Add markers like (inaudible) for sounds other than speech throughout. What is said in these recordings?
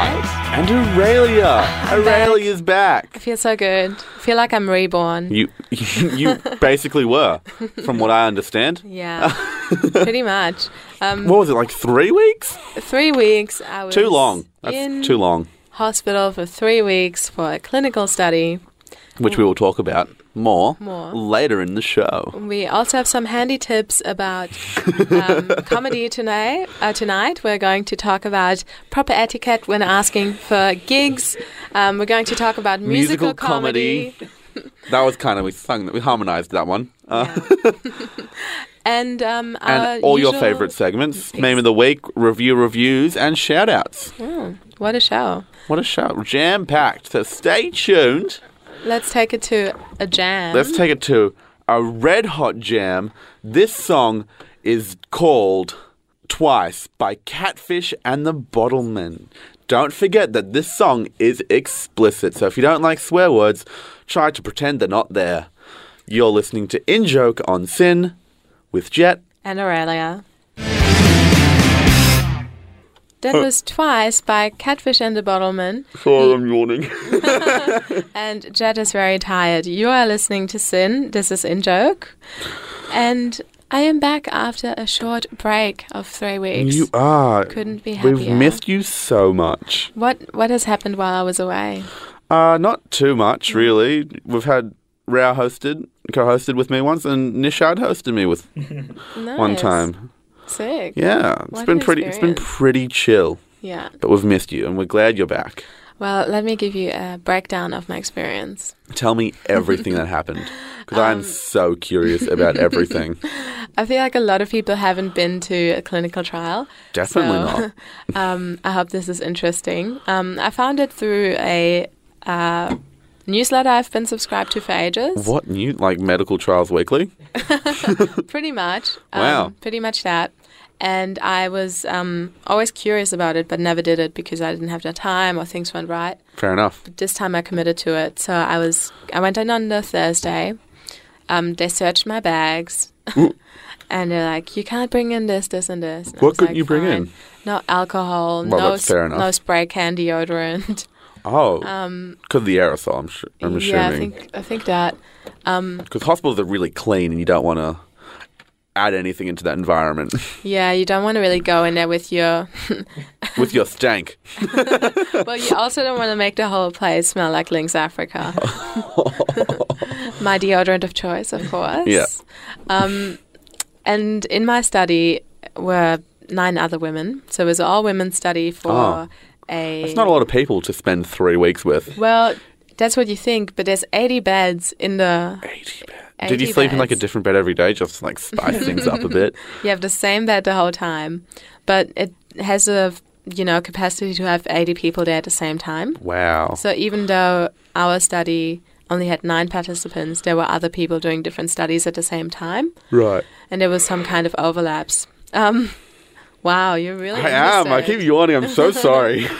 And Aurelia. Aurelia's I back. feel so good. I feel like I'm reborn. You, (laughs) you basically were, from what I understand. (laughs) Yeah, pretty much. Um, What was it, like three weeks? three weeks. I was Too long. in That's too long, Hospital for three weeks for a clinical study. which we will talk about more, More. later in the show. We also have some handy tips about (laughs) um, comedy tonight. Uh, tonight, we're going to talk about proper etiquette when asking for gigs. Um, we're going to talk about musical, Musical comedy. That was kind of, we sung that, we harmonized that one. Uh, Yeah. (laughs) and um, our and all your usual- favorite segments meme of the week, review reviews, and shout outs. Mm, what a show! What a show. Jam packed. So stay tuned. Let's take it to a jam. Let's take it to a red hot jam. This song is called Twice by Catfish and the Bottlemen. Don't forget that this song is explicit, so if you don't like swear words, try to pretend they're not there. You're listening to In Joke on Sin with Jet. and Aurelia. That Oh. was twice by Catfish and the Bottleman, Sorry, I'm yawning. and Jed is very tired. You are listening to Sin. This is In Joke. And I am back after a short break of three weeks. You are. Couldn't be happier. We've missed you so much. What, what has happened while I was away? Uh, not too much, really. We've had Rao hosted, co-hosted with me once, and Nishad hosted me with one Nice. time. Sick. Yeah, it's What been an pretty. It's been experience. pretty chill, Yeah. but we've missed you, and we're glad you're back. Well, let me give you a breakdown of my experience. Tell me (laughs) everything that happened, because Um, I'm so curious (laughs) about everything. I feel like a lot of people haven't been to a clinical trial. Definitely (laughs) not. not. um, I hope this is interesting. Um, I found it through a uh, newsletter I've been subscribed to (laughs) for ages. What new, like medical trials weekly? Pretty much. Wow. Um, pretty much that. And I was um, always curious about it, but never did it because I didn't have the time or things weren't right. Fair enough. this time I committed to it. So I was I went in on the Thursday. Um, they searched my bags, (laughs) and they're like, "You can't bring in this, this, and this." And I What was couldn't like, you bring "Fine." in? No alcohol. Well, no that's fair s- enough. No spray can, deodorant. Oh, because the aerosol. I'm, su- (laughs) I'm Um, yeah, I assuming think I think that. because hospitals are really clean, and you don't want to add anything into that environment (laughs) Yeah, you don't want to really go in there with your. with your stank. well, you also don't want to make the whole place smell like (laughs) Lynx Africa. my deodorant of choice, of course. Yeah. Um, and in my study were nine other women, so it was an all women study for Oh. a. It's not a lot of people to spend three weeks with. well, that's what you think, but there's 80 beds in the. 80 bed. 80 Did you sleep in like a beds. different bed every day just to, like spice things up a bit? You have the same bed the whole time, but it has a you know capacity to have 80 people there at the same time. Wow. So even though our study only had nine participants, there were other people doing different studies at the same time, right. and there was some kind of overlaps. Um, wow, you're really. I am. I keep interested. yawning. I'm (laughs) so sorry. (laughs)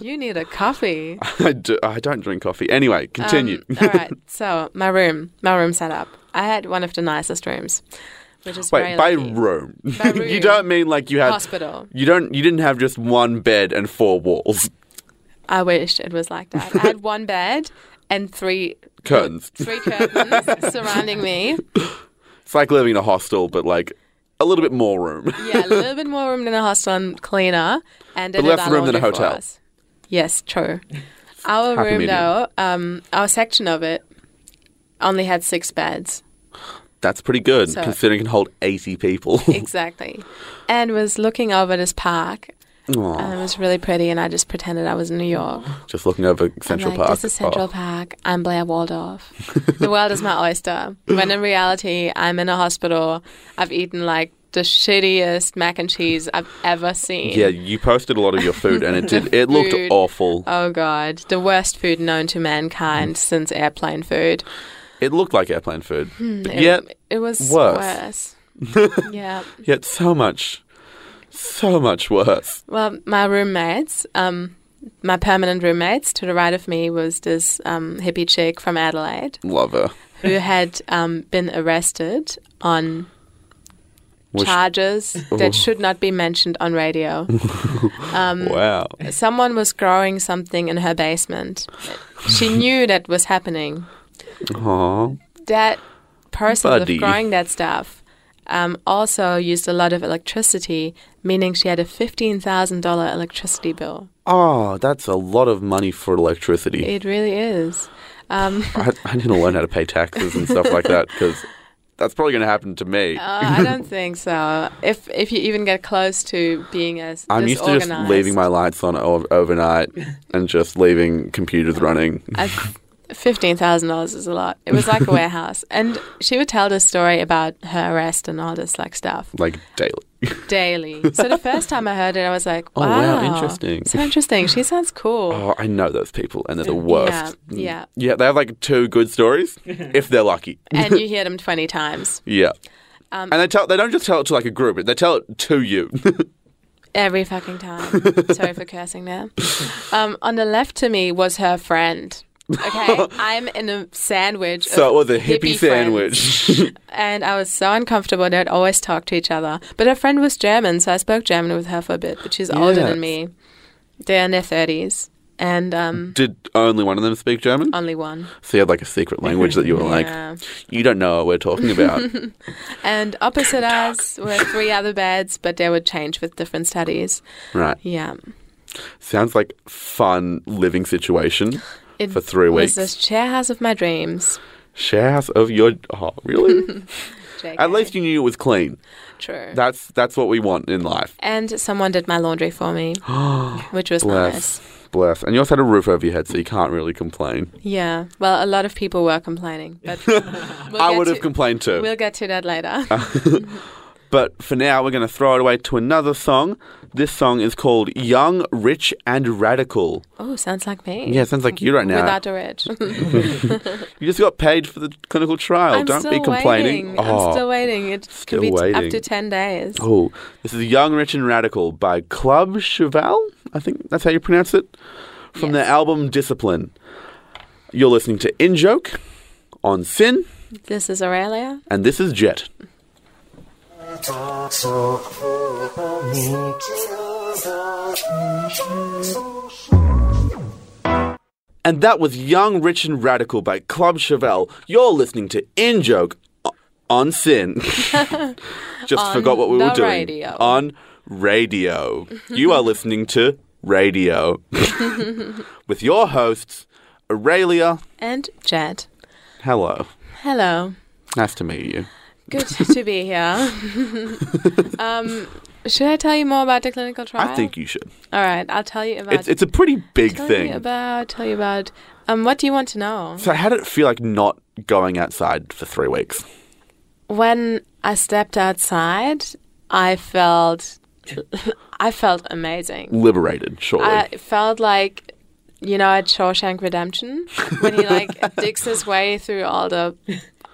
You need a coffee. I, do, I don't drink coffee. Anyway, continue. Um, all right. So my room, my room setup. I had one of the nicest rooms, which is (laughs) very Wait, by lucky. room. By (laughs) you room. don't mean like you had hospital. You don't. You didn't have just one bed and four walls, (laughs) I wished it was like that. I had one bed and three curtains. three curtains surrounding me. It's like living in a hostel, but like a little bit more room. (laughs) Yeah, a little bit more room than a hostel and cleaner, and they But did less our room than a laundry for hotel. us. Yes, (laughs) true. Our Happy room medium. though, um, our section of it only had six beds. That's pretty good So- considering it can hold eighty (laughs) people. Exactly. And was looking over this park (laughs) Aw, And it was really pretty, and I just pretended I was in New York. just looking over Central I'm like, Park. This is Central Oh. Park. I'm (laughs) Blair Waldorf. the world is my oyster. When in reality, I'm in a hospital. I've eaten like the shittiest mac and cheese I've ever seen. Yeah, you posted a lot of your food, and it (laughs) did. It looked Food. awful. Oh God, the worst food known to mankind since airplane food. It looked like airplane food, but It, yet, it was worse. worse. yeah. yet so much, so much worse. Well, my roommates, um, my permanent roommates, to the right of me was this um, hippie chick from Adelaide. Love her. who had um, been arrested on Was- charges that should not be mentioned on radio. Um, wow. Someone was growing something in her basement. She knew that was happening. Aw. That person that Buddy. was growing that stuff um, also used a lot of electricity, meaning she had a $15,000 electricity bill. Oh, that's a lot of money for electricity. It really is. Um, I, I need to learn how to pay taxes and stuff like that because that's probably going to happen to me. (laughs) Uh, I don't think so. If if you even get close to being as I'm used to just disorganized. leaving my lights on o- overnight and just leaving computers running. Fifteen thousand dollars is a lot. It was like (laughs) a warehouse, and she would tell this story about her arrest and all this like stuff like daily. daily. So the first time I heard it, I (laughs) was like, Oh, wow, "Wow, interesting." So interesting. She sounds cool. Oh, I know those people, and they're the worst. Yeah, yeah. Yeah, they have like two good stories if they're lucky. (laughs) And you hear them twenty times Yeah. Um, and they tell they don't just tell it to like a group; they tell it to you. every fucking time. Sorry for cursing there. Um, on the left to me was her friend. (laughs) Okay, I'm in a sandwich. so it of was a hippie, hippie friends. sandwich. And I was so uncomfortable. They would always talk to each other. But her friend was German, so I spoke German with her for a bit. But she's older Yes. than me. They're in their thirties, and um, (laughs) Did only one of them speak German? only one. so you had like a secret language that you were Yeah. like, you don't know what we're (laughs) talking about. And opposite us were three other beds, but they would change with different studies. right? Yeah, Sounds like fun living situation. it For three weeks. was the share house of my dreams. Share house of your oh (laughs) really? JK. At least you knew it was clean. true. That's that's what we want in life. and someone did my laundry (gasps) for me, which was nice. Oh, Bless. Bless. And you also had a roof over your head, so you can't really complain. Yeah. Well, a lot of people were complaining, but (laughs) we'll I get would have Uh, to- complained too. We'll get to that later. But for now, we're going to throw it away to another song. This song is called Young, Rich, and Radical. oh, sounds like me. Yeah, it sounds like you right now. Without a ridge. you just got paid for the clinical trial. I'm Don't still be complaining. Oh, Waiting. I'm still waiting. It Still could be t- up waiting. to 10 days. Oh, this is Young, Rich, and Radical by Club Cheval. I think that's how you pronounce it. From Yes. their album Discipline. You're listening to In Joke on Sin, This is Aurelia. and this is Jet. And that was Young, Rich, and Radical by Club Chevelle. You're listening to In Joke o- on Sin. (laughs) Just forgot what we the were doing. radio. On radio. You are listening to radio. (laughs) With your hosts, Aurelia. And Jed. Hello. Hello. Nice to meet you. Good (laughs) to be here. (laughs) um, should I tell you more about the clinical trial? I think you should. All right. I'll tell you about. It's, it's a pretty big tell thing. you about. Tell you about. Um, what do you want to know? so, how did it feel like not going outside for three weeks? When I stepped outside, I felt, (laughs) I felt amazing. Liberated, surely. I felt like, you know, at Shawshank Redemption when (laughs) he like digs his way through all the,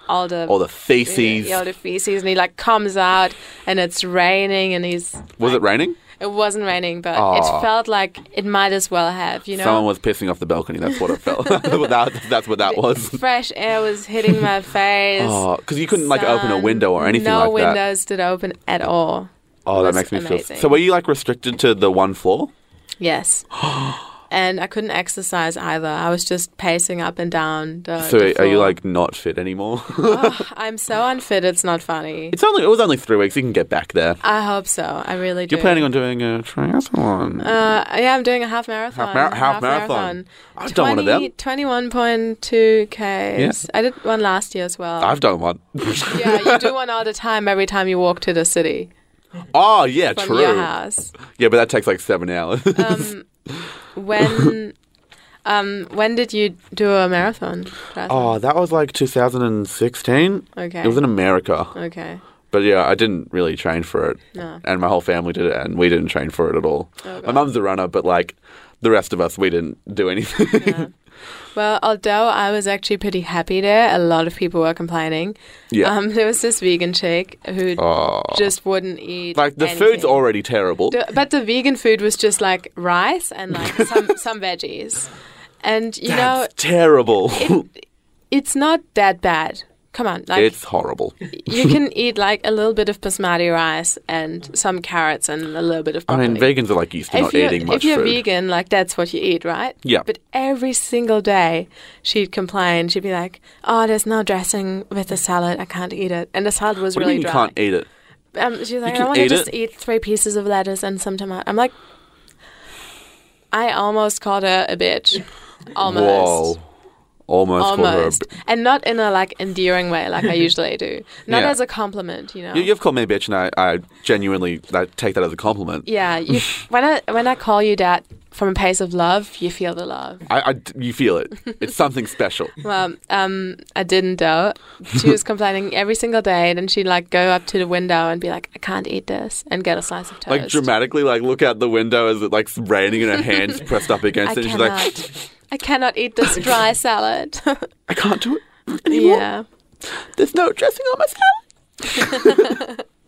all the, All the feces. yeah, all the feces, and he like comes out, and it's raining, and he's. Was it raining? It wasn't raining, but Aw. it felt like it might as well have, you know. Someone was pissing off the balcony. That's what it felt. (laughs) that, that's what that (laughs) was. (laughs) Fresh air was (laughs) hitting my face. Oh, because you couldn't like open a sun. window or anything no like that. windows did open at all. Oh, that was makes me amazing. feel. So were you like restricted to the one floor? (gasps) Yes. and I couldn't exercise either. I was just pacing up and down. The, So the are you floor. Oh, like not fit anymore? (laughs) I'm so unfit, it's not funny. it's only it was only three weeks. You can get back there. I hope so. I really do. You're planning on doing a triathlon. Uh, yeah, I'm doing a half marathon. Half mar- half marathon. I've done one of them. 21.2 Ks. I did one last year as well. I've done one. yeah, you do one all the time every time you walk to the city oh yeah, from Uh, true. your house. Yeah, but that takes like seven hours. (laughs) When um, when did you do a marathon? triathlon? oh, that was like 2016. okay. It was in America, okay. but yeah, I didn't really train for it, No. Oh, and my whole family did it, and we didn't train for it at all. my mum's a runner, but like the rest of us, we didn't do anything. (laughs) Well, although I was actually pretty happy there, a lot of people were complaining. Yeah. Um, (laughs) there was this vegan chick who Oh. just wouldn't eat. Like the anything. food's already terrible. The- but the vegan food was just like rice (laughs) and like some some veggies, and you (laughs) That's terrible. know, it's not that bad come on. Like, (laughs) it's horrible. (laughs) you can eat like a little bit of basmati rice and some carrots and a little bit of I broccoli. mean, vegans are like used to not you're, eating much if you're food. vegan, like that's what you eat, right? Yeah. But every single day she'd complain. She'd be like, "Oh, there's no dressing with the salad. I can't eat it." And the salad was what do you really mean you dry. can't eat it? Um, she was like, can I want to eat just it. eat three pieces of lettuce and some tomato. I'm like, I almost called her (laughs) a bitch. Almost. Whoa. Almost, called her a Almost. b- And not in a like endearing (laughs) way like I usually do. Not Yeah. as a compliment, you know. You, have called me a bitch, and I, I genuinely I take that as a compliment. (laughs) yeah, you, when I when I call you that from a place of love, you feel the love. I, I- you feel it. It's something special. Well, um, I didn't though. She (laughs) was complaining every single day, and she'd like go up to the window and be like, "I can't eat this," and get a slice of toast. Like dramatically, like look out the window as it like raining and her (laughs) hands pressed up I against it. And she's cannot. like, (laughs) I cannot eat this dry salad. (laughs) I can't do it anymore. yeah. There's no dressing on my salad. (laughs)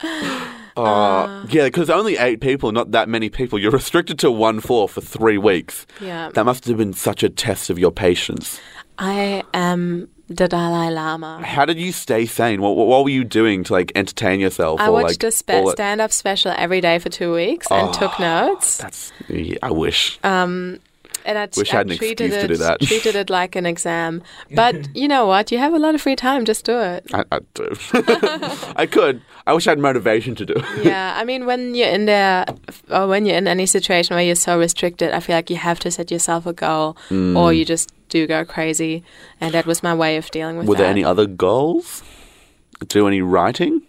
uh, yeah, because only eight people, not that many people. You're restricted to one floor for three weeks. Yeah. That must have been such a test of your patience. I am the Dalai Lama. How did you stay sane? What, what, what were you doing to like entertain yourself? I or, watched like, a spe- all Ah, that- stand up special every day for two weeks and took notes. Um, That's. yeah, I wish. Uh. And I, t- wish I had an treated excuse to it, do that. treated it like an (laughs) exam. But you know what? You have a lot of free time. Just do it. I, I do. (laughs) I could. I wish I had motivation to do. it. yeah, I mean, when you're in there, or when you're in any situation where you're so restricted, I feel like you have to set yourself a goal, Mm. or you just do go crazy. And that was my way of dealing with Were there that. any other goals? Do any writing?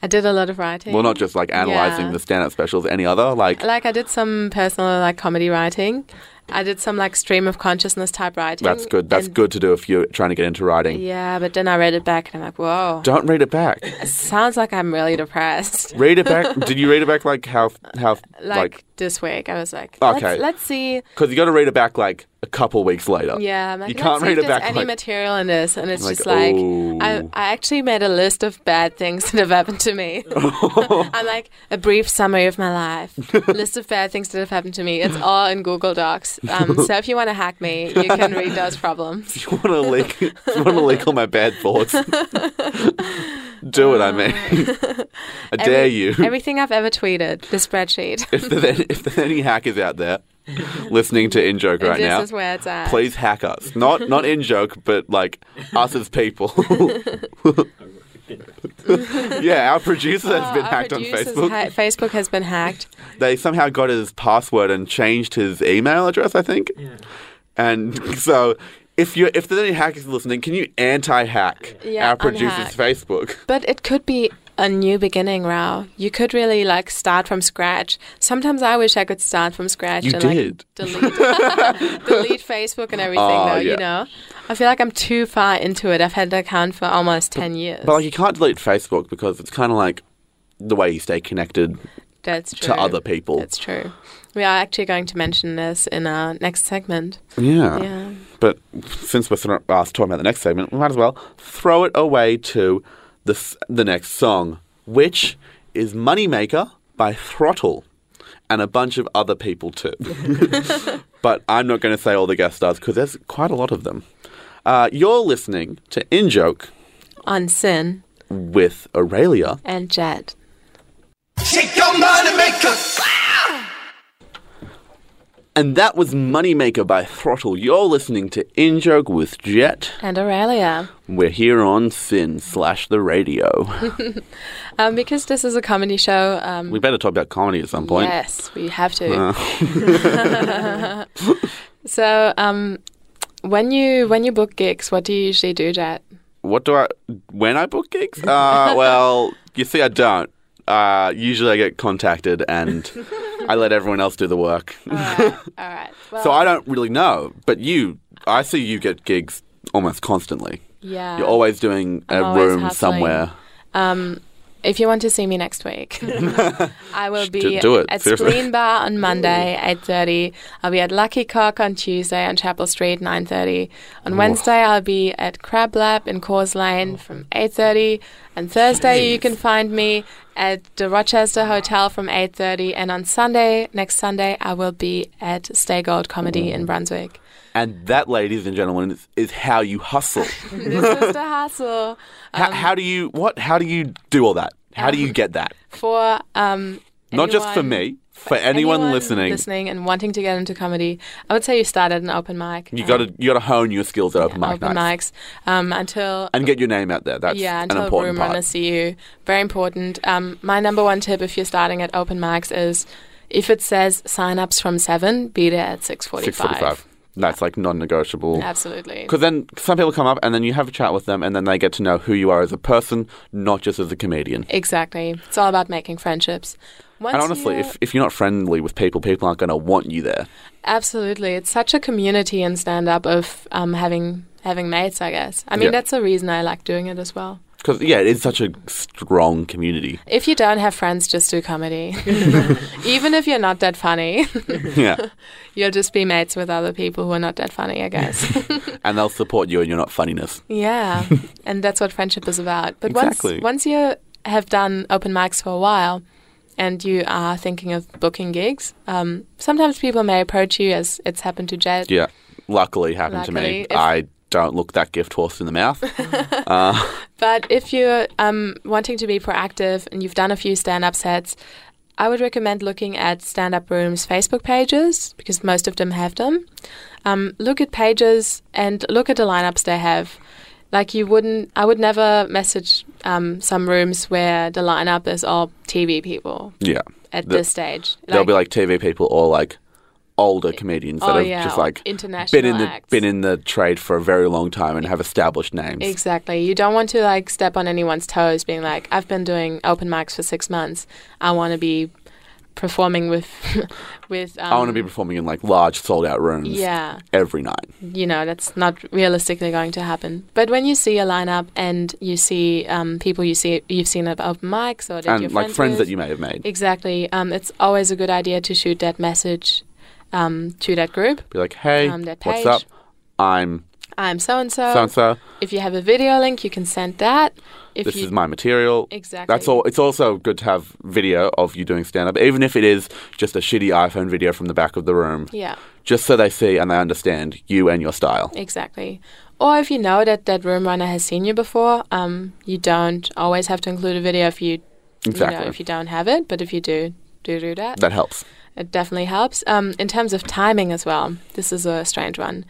I did a lot of writing. Well, not just like analyzing Yeah. Um, the stand-up specials. Any other like? like I did some personal like comedy writing. I did some like stream of consciousness type writing. That's good. That's And- good to do if you're trying to get into writing. Yeah, but then I read it back and I'm like, whoa, Don't read it back. sounds like I'm really depressed. Read it back. Did you read it back like how how (laughs) Like, like this week, I was like, Okay. let's, let's see. because you got to read it back like a couple weeks later. Yeah, I'm like, you let's can't see read if it there's back any like material in this, and it's Like, just like I, oh. I actually made a list of bad things that have happened (laughs) to me. I'm like a brief summary of my life, list of bad things that have happened to me. It's all in Google Docs. Um, so if you want to hack me, you can read those problems. (laughs) you want to leak. you want to leak all my bad (laughs) thoughts. do it. I mean, (laughs) I (laughs) dare Um, (laughs) Every- you. (laughs) Everything I've ever tweeted, the spreadsheet. if there's any, if there's any hackers out there listening to In Joke right this now, is where it's at. please hack us. Not not In Joke, but like us as people. (laughs) yeah, our producer has been Oh, Our hacked on producer's Facebook. ha- Facebook has been hacked. they somehow got his password and changed his email address, I think. And (laughs) so. If you if there's any hackers listening, can you anti-hack Yeah, our producer's unhack. Facebook? But it could be a new beginning, Rao. You could really like start from scratch. Sometimes I wish I could start from scratch You and did. like delete (laughs) delete Facebook and everything Oh, though, yeah. you know. I feel like I'm too far into it. I've had the account for almost 10 years. But like, you can't delete Facebook because it's kind of like the way you stay connected That's true. to other people. That's true. We are actually going to mention this in our next segment. Yeah. But since we're thro- uh, talking about the next segment, we might as well throw it away to the s- the next song, which is Moneymaker by Throttle and a bunch of other people too. (laughs) but I'm not going to say all the guest stars because there's quite a lot of them. Uh, you're listening to In Joke On Sin with Aurelia. and Jet. Shake your money maker. And that was Moneymaker by Throttle. You're listening to In Joke with Jet. And Aurelia. We're here on Sin slash the radio. Um, because this is a comedy show, um, we better talk about comedy at some point. Yes, we have to. (laughs) so, um, when you when you book gigs, what do you usually do, Jet? What do I when I book gigs? (laughs) Uh, well, you see, I don't. Uh, usually, I get contacted (laughs) and I let everyone else do the work. All right. so I don't really know. But you, I see you get gigs almost constantly. yeah. You're always doing a I'm always room hustling. somewhere. um, if you want to see me (laughs) next week, I will be do- do it, at seriously. Spleen Bar on Monday, eight thirty. I'll be at Lucky Cock on Tuesday on Chapel Street, nine thirty. On Wednesday, I'll be at Crab Lab in Coors Lane from eight thirty. And Thursday, you can find me at the Rochester Hotel from eight thirty. And on Sunday, next Sunday, I will be at Stay Gold Comedy in Brunswick. And that, ladies and gentlemen, is, is how you (laughs) hustle. this is the hassle. how, Um, how do you what? How do you do all that? How do you get that? for um Not just for anyone- me, for anyone, listening. listening and wanting to get into comedy i would say you start at an open mic You um, got to you got to hone your skills at open mic open nights mics um until and get your name out there. That's yeah an until important room part. runners see you very important um my number one tip if you're starting at open mics is if it says sign-ups from 7 be there at 6.45 Six forty-five. That's like non-negotiable. absolutely Because then some people come up and then you have a chat with them and then they get to know who you are as a person, not just as a comedian. exactly it's all about making friendships Once and honestly, you- if, if you're not friendly with people, people aren't going to want you there. Absolutely, it's such a community in stand up of um, having having mates. I guess. I mean, Yeah. that's the reason I like doing it as well. Because, yeah, it is such a strong (laughs) community. If you don't have friends, just do comedy. Even if you're not that funny, (laughs) yeah. you'll just be mates with other people who are not that funny. I guess. And they'll support you and you're not funniness. yeah, and that's what friendship is about. But Exactly. once once you have done open mics for a while. And you are thinking of booking gigs. Um, sometimes people may approach you, as it's happened to Jed. Yeah. Luckily happened to Luckily, me. if- I don't look that gift horse in the (laughs) mouth. uh, But if you're um, wanting to be proactive and you've done a few stand up sets, I would recommend looking at Stand Up Room's Facebook pages because most of them have them. Um, look at pages and look at the lineups they have. Like you wouldn't, I would never message um, some rooms where the lineup is all TV people yeah. at The- this stage. They'll be like TV people or like older comedians that Oh, have yeah, just like international been in the acts. E been in the trade for a very long time and have established names. Exactly. You don't want to like step on anyone's toes, being like, "I've been doing open mics for six months. I want to be performing with, (laughs) with." Um, I want to be performing in like large sold out rooms Yeah, every night. you know that's not realistically going to happen. But when you see a lineup and you see um, people you see you've seen at open mics or that and you're like friends with, that you may have made. exactly. Um, it's always a good idea to shoot that message um, to that group. Be like, hey, Um, Oh, that what's page. up? I'm I'm so and so so. and so. If you have a video link, you can send that. If This you is my material. Exactly. That's all. It's also good to have video of you doing stand up, even if it is just a shitty iPhone video from the back of the room, yeah. just so they see and they understand you and your style. Exactly. Or if you know that that room runner has seen you before, um, you don't always have to include a video if you, you Exactly. know, if you don't have it. But if you do, do do that. That helps. It definitely helps. Um, in terms of timing as well, this is a strange one.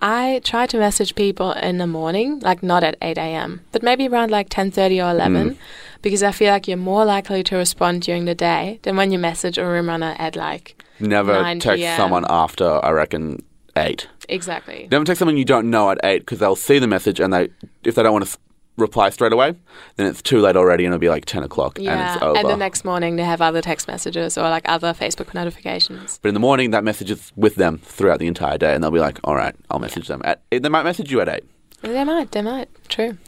I try to message people in the morning, like not at 8 a.m., but maybe around like 10.30 or 11, because I feel like you're more likely to respond during the day than when you message a room runner at like, Never 9 text PM. someone after I reckon eight. exactly. Never text someone you don't know at eight because they'll see the message and they if they don't want to s- reply straight away, then it's too late already and it'll be like ten o'clock and it's over. the next morning they have other text messages or like other Facebook notifications. But in the morning, that message is with them throughout the entire day, and they'll be like, "All right, I'll message them." At, they might message you at eight. They might, they might. True.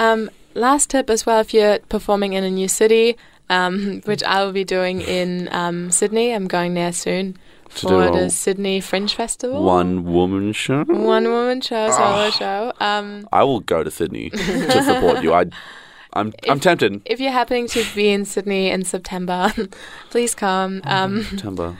Um, last tip as well if you're performing in a new city, um, (laughs) which I will be doing in um, Sydney, I'm going there soon To for do a the Sydney Fringe Festival. One Ah. woman show. One woman show, solo show. Um, I will go to (laughs) Sydney to support you. I, I'm, I'm tempted. if you're happening to be in Sydney in September, (laughs) please come. Um, September.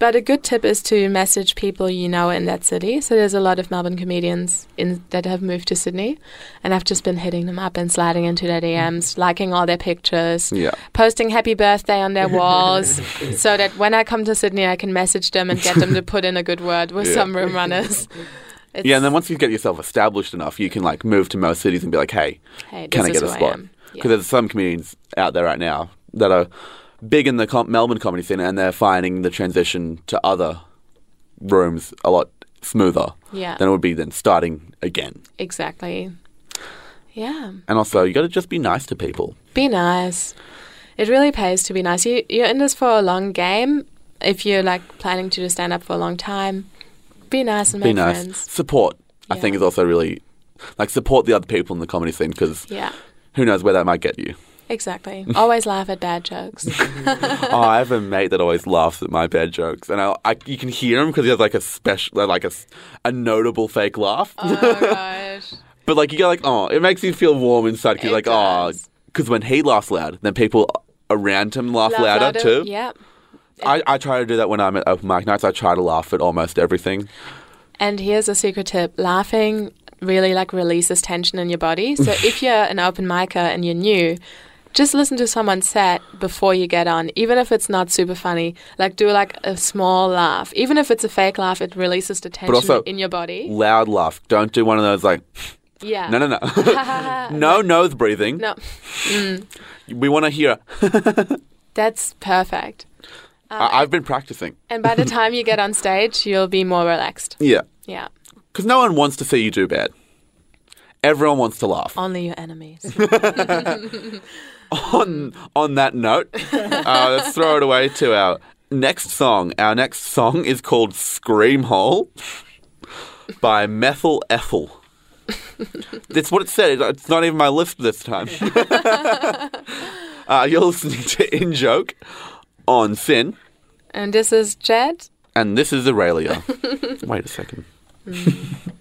But a good tip is to message people you know in that city. So there's a lot of Melbourne comedians in that have moved to Sydney, and I've just been hitting them up and sliding into their DMs, liking all their pictures, Yeah. posting happy birthday on (laughs) their walls, so that when I come to Sydney, I can message them and get them to put in a good word with Yeah. some room runners. It's, Yeah, and then once you get yourself established enough, you can like move to most cities and be like, "Hey, hey, this can I is get a who spot?" am. Because Yeah. there's some comedians out there right now that are big in the com- Melbourne comedy scene, and they're finding the transition to other rooms a lot smoother Yeah. than it would be then starting again. exactly. Yeah. And also, you got to just be nice to people. Be nice. It really pays to be nice. You, you're in this for a long game. If you're like planning to do stand up for a long time, be nice and Be make nice. friends. Support, I Yeah. think, is also really like support the other people in the comedy scene because Yeah, who knows where that might get (laughs) you. exactly. Always laugh at (laughs) bad jokes. oh, I have a mate that always laughs at my bad jokes, and I, I you can hear him because he has like a special, like a, s- a notable fake laugh. oh gosh. but like you go like, oh, it makes you feel warm inside. Cause you're like, It oh, does. because when he laughs loud, then people around him laugh, Laugh louder, too. Yeah. I, I try to do that when I'm at open mic nights. I try to laugh at almost everything. And here's a secret tip laughing really like releases tension in your body. So if you're an open micer and you're new, just listen to someone set before you get on, even if it's not super funny. Like do like a small laugh, even if it's a fake laugh, it releases the tension also- in your body. Loud laugh. Don't do one of those (laughs) like Yeah. no no no. no (laughs) nose breathing. No, We want to hear. that's perfect. Oh, I- I've been practicing. And (laughs) by the time you get on stage, you'll be more relaxed. Yeah. Yeah. Because no one wants to see you do bad. Everyone wants to laugh. Only your enemies. (laughs) On on that note, uh, let's throw it away to our next song. Our next song is called "Scream Hole" by Methyl Ethel. That's what it said. It's not even my list this time. (laughs) uh, you're listening to In Joke on Sin, and this is Jed. and this is (laughs) Aurelia. Wait a second. Mm.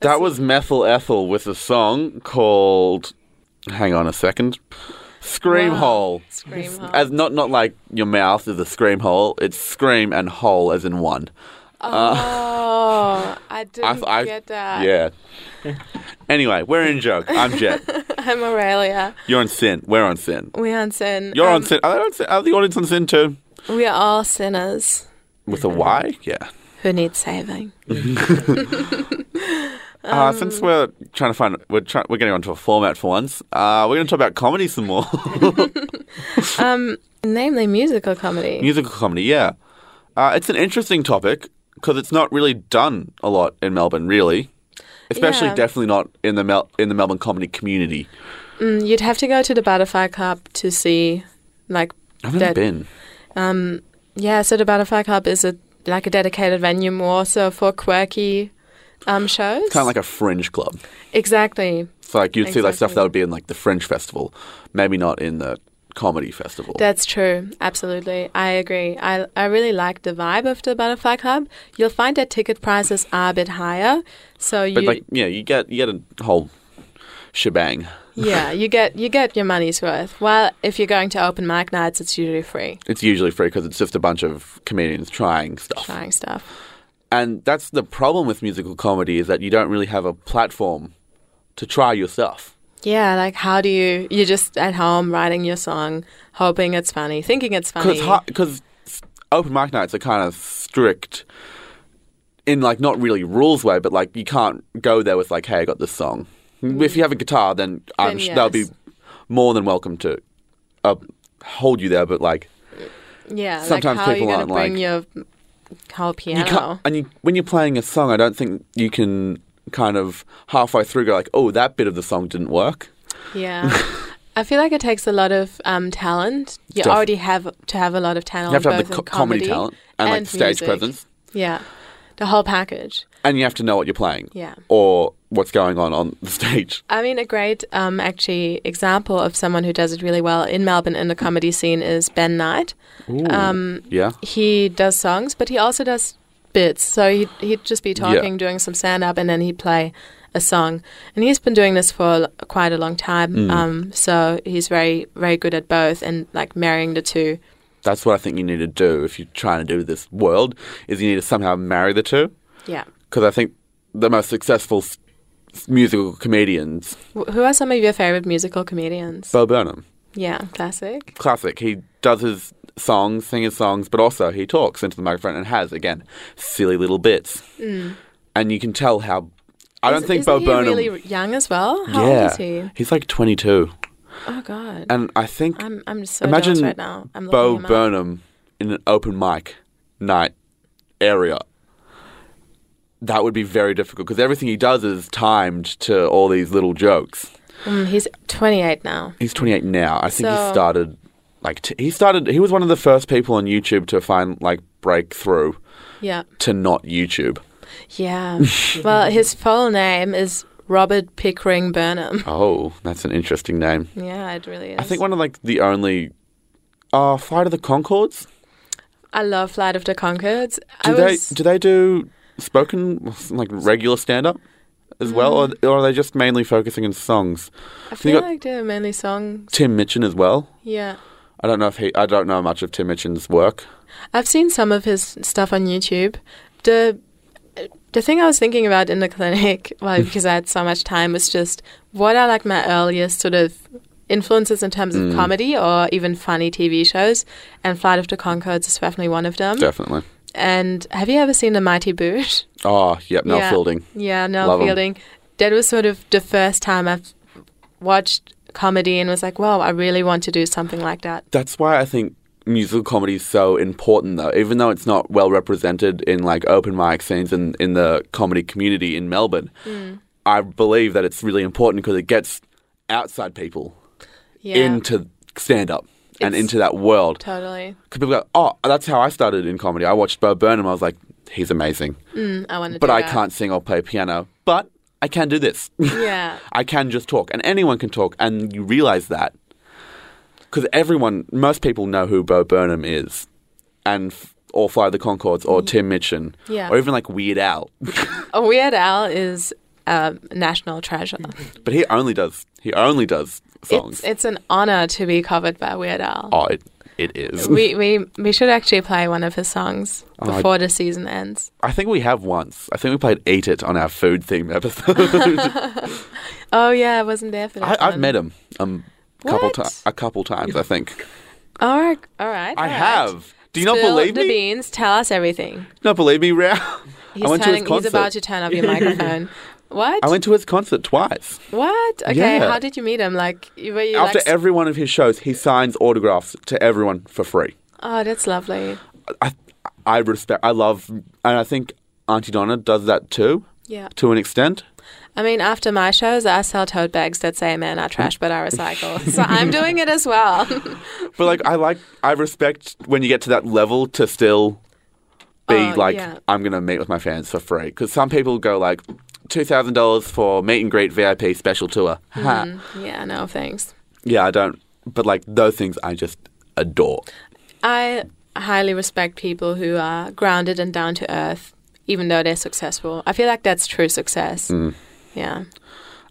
That was Methyl Ethel with a song called Hang on a second. Scream Wow. hole. Scream hole. As not not like your mouth is a scream hole, it's scream and hole as in one. uh, Oh, (laughs) I didn't I- get that. Yeah. anyway, we're in joke. I'm (laughs) Jet. (laughs) I'm Aurelia. You're on sin. We're on sin. We're on sin. You're on Um, sin. Are, they on sin. Are the audience on sin too? We are all sinners With a Y? Yeah. who need saving. Um, Uh, since we're trying to find, we're try, we're getting onto a format for once. Uh, we're going to talk about comedy some more, (laughs) Namely, musical comedy. musical comedy. Yeah, uh, it's an interesting topic because it's not really done a lot in Melbourne, really. Especially, Yeah. definitely not in the Mel- in the Melbourne comedy community. Mm, You'd have to go to the Butterfly Club to see, like, I've never that- been. yeah. So the Butterfly Club is a like a dedicated venue more so for quirky um, shows. Kind of like a fringe club. exactly. So like you'd see like stuff Exactly. that would be in like the fringe festival, maybe not in the comedy festival. That's true. Absolutely. I agree. I, I really like the vibe of the Butterfly Club. You'll find that ticket prices are a bit higher. So you but like yeah, you get you get a whole shebang. (laughs) yeah, you get you get your money's worth. Well, if you're going to open mic nights, it's usually free. It's usually free because it's just a bunch of comedians trying stuff. Trying stuff. and that's the problem with musical comedy is that you don't really have a platform to try yourself. Yeah, like how do you? You're just at home writing your song, hoping it's funny, thinking it's funny. Because open mic nights are kind of strict in like not really rules way, but like you can't go there with like, hey, I got this song. If you have a guitar, then, I'm Mm. Then sh- they'll be yes. more than welcome to uh, hold you there. But like yeah, sometimes like how people are you aren't, gonna bring like- your whole you piano? can't, and you, when you're playing a song, I don't think you can kind of halfway through go like, oh, that bit of the song didn't work. (laughs) Yeah. I feel like it takes a lot of um, talent. You Def- already have to have a lot of talent. You have to have both the in co- comedy talent and, like stage music. presence. Yeah. The whole package. and you have to know what you're playing Yeah. or what's going on on the stage. I mean, a great um, actually example of someone who does it really well in Melbourne in the comedy scene is Ben Knight. Um, Yeah, he does songs, but he also does bits. So he'd, he'd just be talking, doing some stand up, and then he'd play a song. And he's been doing this for l- quite a long time. Mm. Um, so he's very, very good at both and like marrying the two. that's what I think you need to do if you're trying to do this world is you need to somehow marry the two Yeah. because I think the most successful s- s- musical comedians, Wh- Who are some of your favorite musical comedians? Bo Burnham, Yeah, classic. classic. He does his songs, sing his songs, but also he talks into the microphone and has again silly little bits, and you can tell how. I don't Mm. Is- think isn't Bo he Burnham. really young as well. How yeah, old is he? he's like 22, Oh God. and I think I'm I'm so Imagine jealous right now. I'm Bo looking him up. Burnham in an open mic night area. That would be very difficult because everything he does is timed to all these little jokes. Mm, he's 28 now. He's 28 now. I think he So- started like t- he started. He was one of the first people on YouTube to find like breakthrough Yeah. to not YouTube. (laughs) Yeah. well, his full name is Robert Pickering Burnham. (laughs) Oh, that's an interesting name. Yeah, it really is. I think one of like the only. Uh, Flight of the Concords? I love Flight of the Concords. Do I they was do they do spoken like regular stand up as well, Mm. or, or are they just mainly focusing on songs? I feel got- like they're mainly songs. Tim Mitchin as well. Yeah. I don't know if he. I don't know much of Tim Hitchens' work. I've seen some of his stuff on YouTube. The the thing I was thinking about in the clinic, (laughs) well, Mm. because I had so much time, was just what are like my earliest sort of influences in terms of Mm. comedy or even funny TV shows. And Flight of the Concords is definitely one of them. Definitely. And have you ever seen The Mighty Boot? Oh, yep. Now Fielding. Yeah, Noel Love 'em. Fielding. That was sort of the first time I've watched comedy and was like, wow, I really want to do something like that. That's why I think musical comedy is so important, though. Even though it's not well represented in like open mic scenes in in the comedy community in Melbourne, Mm. I believe that it's really important because it gets outside people Yeah. into stand up and It's- into that world. totally. 'Cause people go, "Oh, that's how I started in comedy. I watched Bo Burnham. I was like, he's amazing, Mm, I want to but do I that. can't sing or play piano, but I can do this." (laughs) Yeah. I can just talk, and anyone can talk, and you realize that because everyone, most people know who Bo Burnham is, and f- or Fly the Concords or Tim Mitchin, Mm. Yeah. or even like Weird Al, (laughs) Oh, Weird Al is a national treasure. but he only does he only does songs. It's, it's an honor to be covered by Weird Al. oh, it, it is. We, we, we should actually play one of his songs Oh, I- before the season ends. I think we have once. I think we played "Eat It" on our food theme episode. (laughs) Oh, yeah, I wasn't there for I, that. I've one. met him um couple What? times, a couple times. I (laughs) think All right. All right. I all right. have. Do you not Spill believe the me? beans. Tell us everything. Not believe me, Rao? (laughs) He's I went to turning, his concert. He's about to (laughs) turn off your microphone. What? I went to his concert twice. what? Okay. Yeah. How did you meet him? Like, you- were you After like? every one of his shows, he signs autographs to everyone for free. oh, that's lovely. I, I respect, I love, and I think Auntie Donna does that too, Yeah. to an extent. I mean, after my shows, I sell tote bags that say "Man, I trash, but I (laughs) recycle." so I'm doing it as well. But like, I like, I respect when you get to that level to still be Oh, like, yeah. I'm gonna meet with my fans for free because some people go like, two thousand dollars for meet and greet VIP special tour. (laughs) Ha. Mm-hmm. Mm, yeah. No thanks. Yeah, I don't, but like those things, I just adore. I highly respect people who are grounded and down to earth, even though they're successful. I feel like that's true success. Mm. Yeah.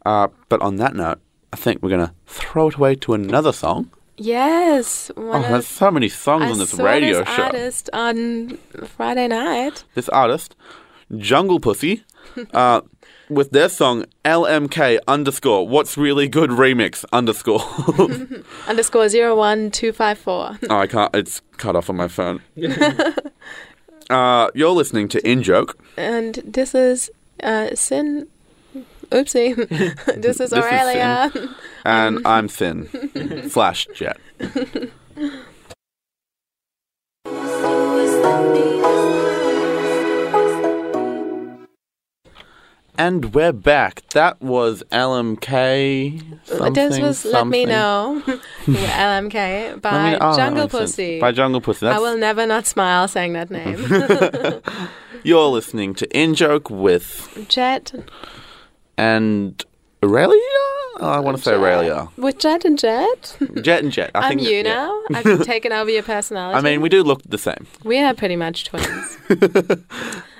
Uh, but on that note, I think we're gonna throw it away to another song. Yes. Oh, One there's so many songs I on this saw radio this show. artist on Friday night. This artist, Jungle (laughs) Pussy, uh, with their song LMK underscore What's Really Good Remix underscore. (laughs) oh, Underscore zero one two five four. (laughs) I can't. It's cut off on my phone. uh, you're listening to In Joke. And this is uh, Sin. Oopsie. (laughs) this is This is Aurelia. Mm. and I'm thin. (laughs) Slash jet. And we're back. That was LMK. Something, Uh, this was Let Me something. Know. (laughs) LMK Let Me by Know- oh, that Jungle makes sense. Pussy. By Jungle Pussy. I That's, will never not smile (laughs) saying that name. You're listening to In Joke with Jet. and Aurelia. Oh, I want to say Aurelia. With Jet and Jet. Jet and Jet. I I'm think you yeah. (laughs) now. I've taken over your personality. I mean, we do look the same. we are pretty much twins. (laughs)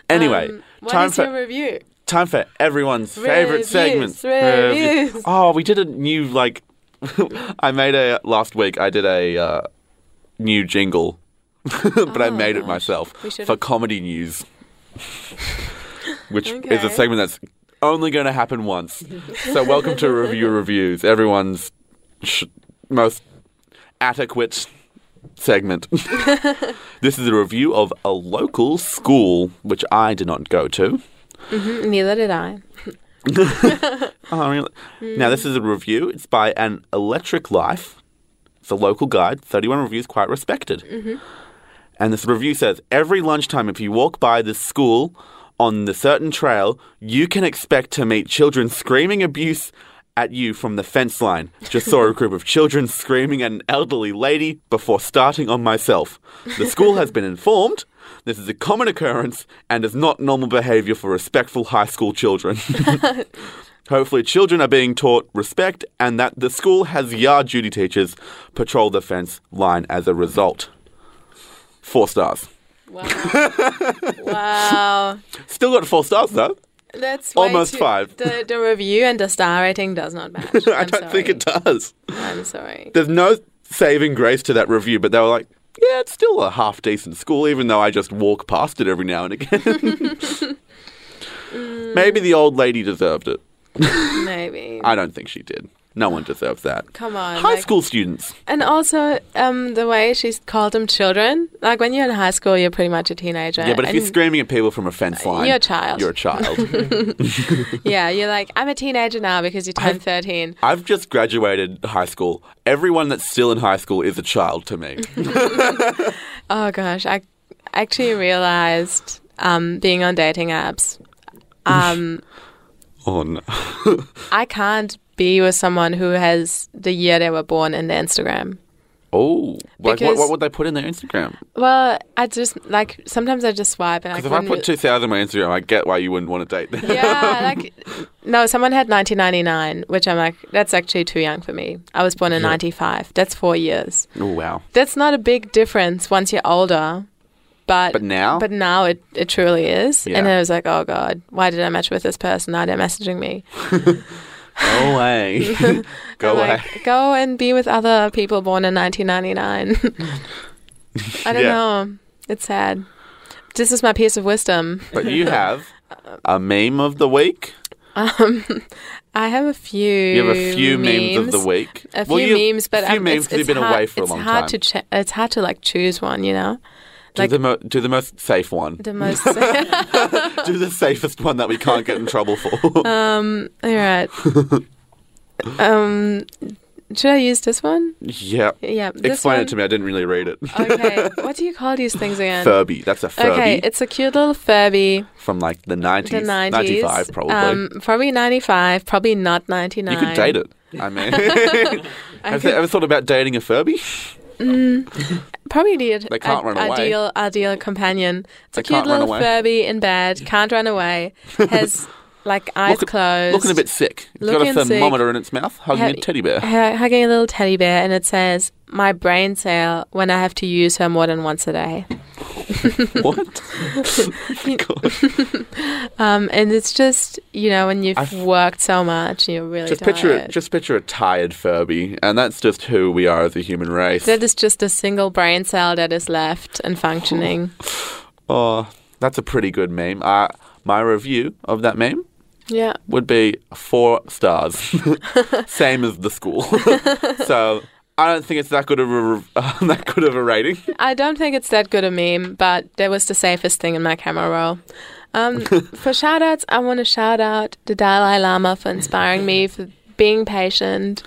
Anyway, Um, what time is for your review? time for everyone's favorite Reviews, segments. reviews. Revi- Oh, we did a new like. (laughs) I made a last week. I did a uh, new jingle, (laughs) but I made it Oh, gosh. myself We should for have- comedy news, which is Okay. a segment that's only going to happen (laughs) once. so, welcome to review reviews. Everyone's sh- most adequate (laughs) segment. this is a review of a local school which I did not go to. Neither did (laughs) I. Oh, really? Now, this is a review. It's by an Electric Life. It's a local guide. 31 reviews, quite respected. And this review says Every lunchtime, if you walk by this school on the certain trail, you can expect to meet children screaming abuse at you from the fence line. Just saw a group of children screaming at an elderly lady before starting on myself. The school has been informed. This is a common occurrence and is not normal behavior for respectful high school children. (laughs) Hopefully, children are being taught respect and that the school has yard duty teachers patrol the fence line as a result. Four stars. Wow. wow. Still got four stars though. That's way Almost too- five. The, (laughs) the review and the star rating does not match. I I'm don't think sorry. it does. I'm sorry. There's no saving grace to that review, but they were like, yeah, it's still a half decent school, even though I just walk past it every now and again. (laughs) (laughs) Maybe the old lady deserved it. Maybe. I don't think she did. No one deserves that. Come on, High like- school students. And also, um, the way she's called them children. Like when you're in high school, you're pretty much a teenager. Yeah, but if and you're screaming at people from a fence line, you're a child. You're a child. (laughs) yeah, you're like, I'm a teenager now because you turned 13. I've just graduated high school. Everyone that's still in high school is a child to (laughs) me. Oh gosh, I actually realized um, being on dating apps, um, oh no. I can't be with someone who has the year they were born in their Instagram. Oh, like what, Because- what would they put in their Instagram? Well, I just like sometimes I just swipe and I Because if I couldn't- put 2000 on my Instagram, I get why you wouldn't want to date (laughs) them. yeah, like no, someone had 1999, which I'm like, that's actually too young for me. I was born in 95. That's four years. Oh, wow. That's not a big difference once you're older, but But now? but now it, it truly is. Yeah. And then I was like, oh god, why did I match with this person? Now they're messaging me. Go (laughs) away. (laughs) Go away. Like, go and be with other people born in 1999. (laughs) I don't Yeah. know. It's sad. This is my piece of wisdom. But you have a meme of the week. I have a few. You have a few memes, of the week. a few Well, you have memes, but a few um, memes it's, 'cause you've it's been hard, away for a it's long hard time. To ch- it's hard to like choose one, you know. do, like- the mo- do the most safe (laughs) one. (laughs) The most. All do the safest one that we can't get in trouble (laughs) for. Uh, right. Um, should I use this one? (laughs) yeah. Yeah. This Explain one, it to me. I didn't really read it. (laughs) (laughs) okay. What do you call these things again? Furby. That's a Furby Okay, it's a cute little Furby. from like the 90s. The 90s. 95, probably. Um, probably 95, probably not 99. you could date it. (laughs) I mean, (laughs) have you ever thought about dating a Furby? Probably the ad- They can't ad- run away. ideal ideal companion. It's They a cute can't run little away. Furby (laughs) in bed, can't run away, has like eyes Look- closed. Looking a bit sick. It's got a Looking sick. thermometer in its mouth, hugging Have- a teddy bear. (laughs) (laughs) hu- hugging a little teddy bear, and it says, "My brain cell when I have to use her more than once a day." (laughs) what? (laughs) God. Um, and it's just you know when you've I've- worked so much, you're really Just picture it. tired. Just picture a tired Furby, and that's just who we are as a human race. that is just a single brain cell that is left and functioning. Oh, that's a pretty good meme. Uh, my review of that meme yeah. would be four stars, (laughs) same as the school. (laughs) so I don't think it's that good of a re- (laughs) that good of a rating. I don't think it's that good a meme, but that was the safest thing in my camera roll. (laughs) Um, for shout outs, I want to shout out the Dalai Lama for inspiring me, for being patient.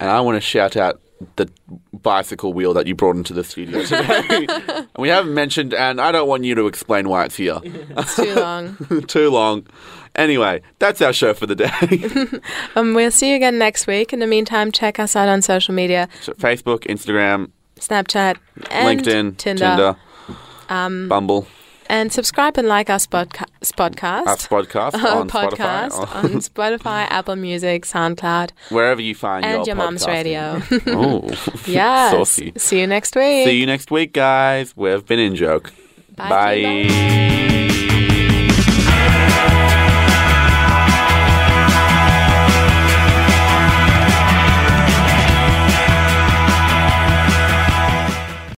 And I want to shout out the bicycle wheel that you brought into the studio (laughs) today. and we haven't mentioned, and I don't want you to explain why it's here. (laughs) It's too long. Too long. Anyway, that's our show for the (laughs) day. um, we'll see you again next week. In the meantime, check us out on social media So Facebook, Instagram, Snapchat, and LinkedIn, Tinder. Um, Tinder, Bumble, And subscribe and like our spodca- podcast. our podcast (laughs) Our on podcast Spotify, (laughs) on Spotify, Apple Music, SoundCloud, wherever you find and your your mom's radio. (laughs) podcasting. (laughs) oh, yes. saucy. See you next week. See you next week, guys. We've been in joke. Bye. Bye.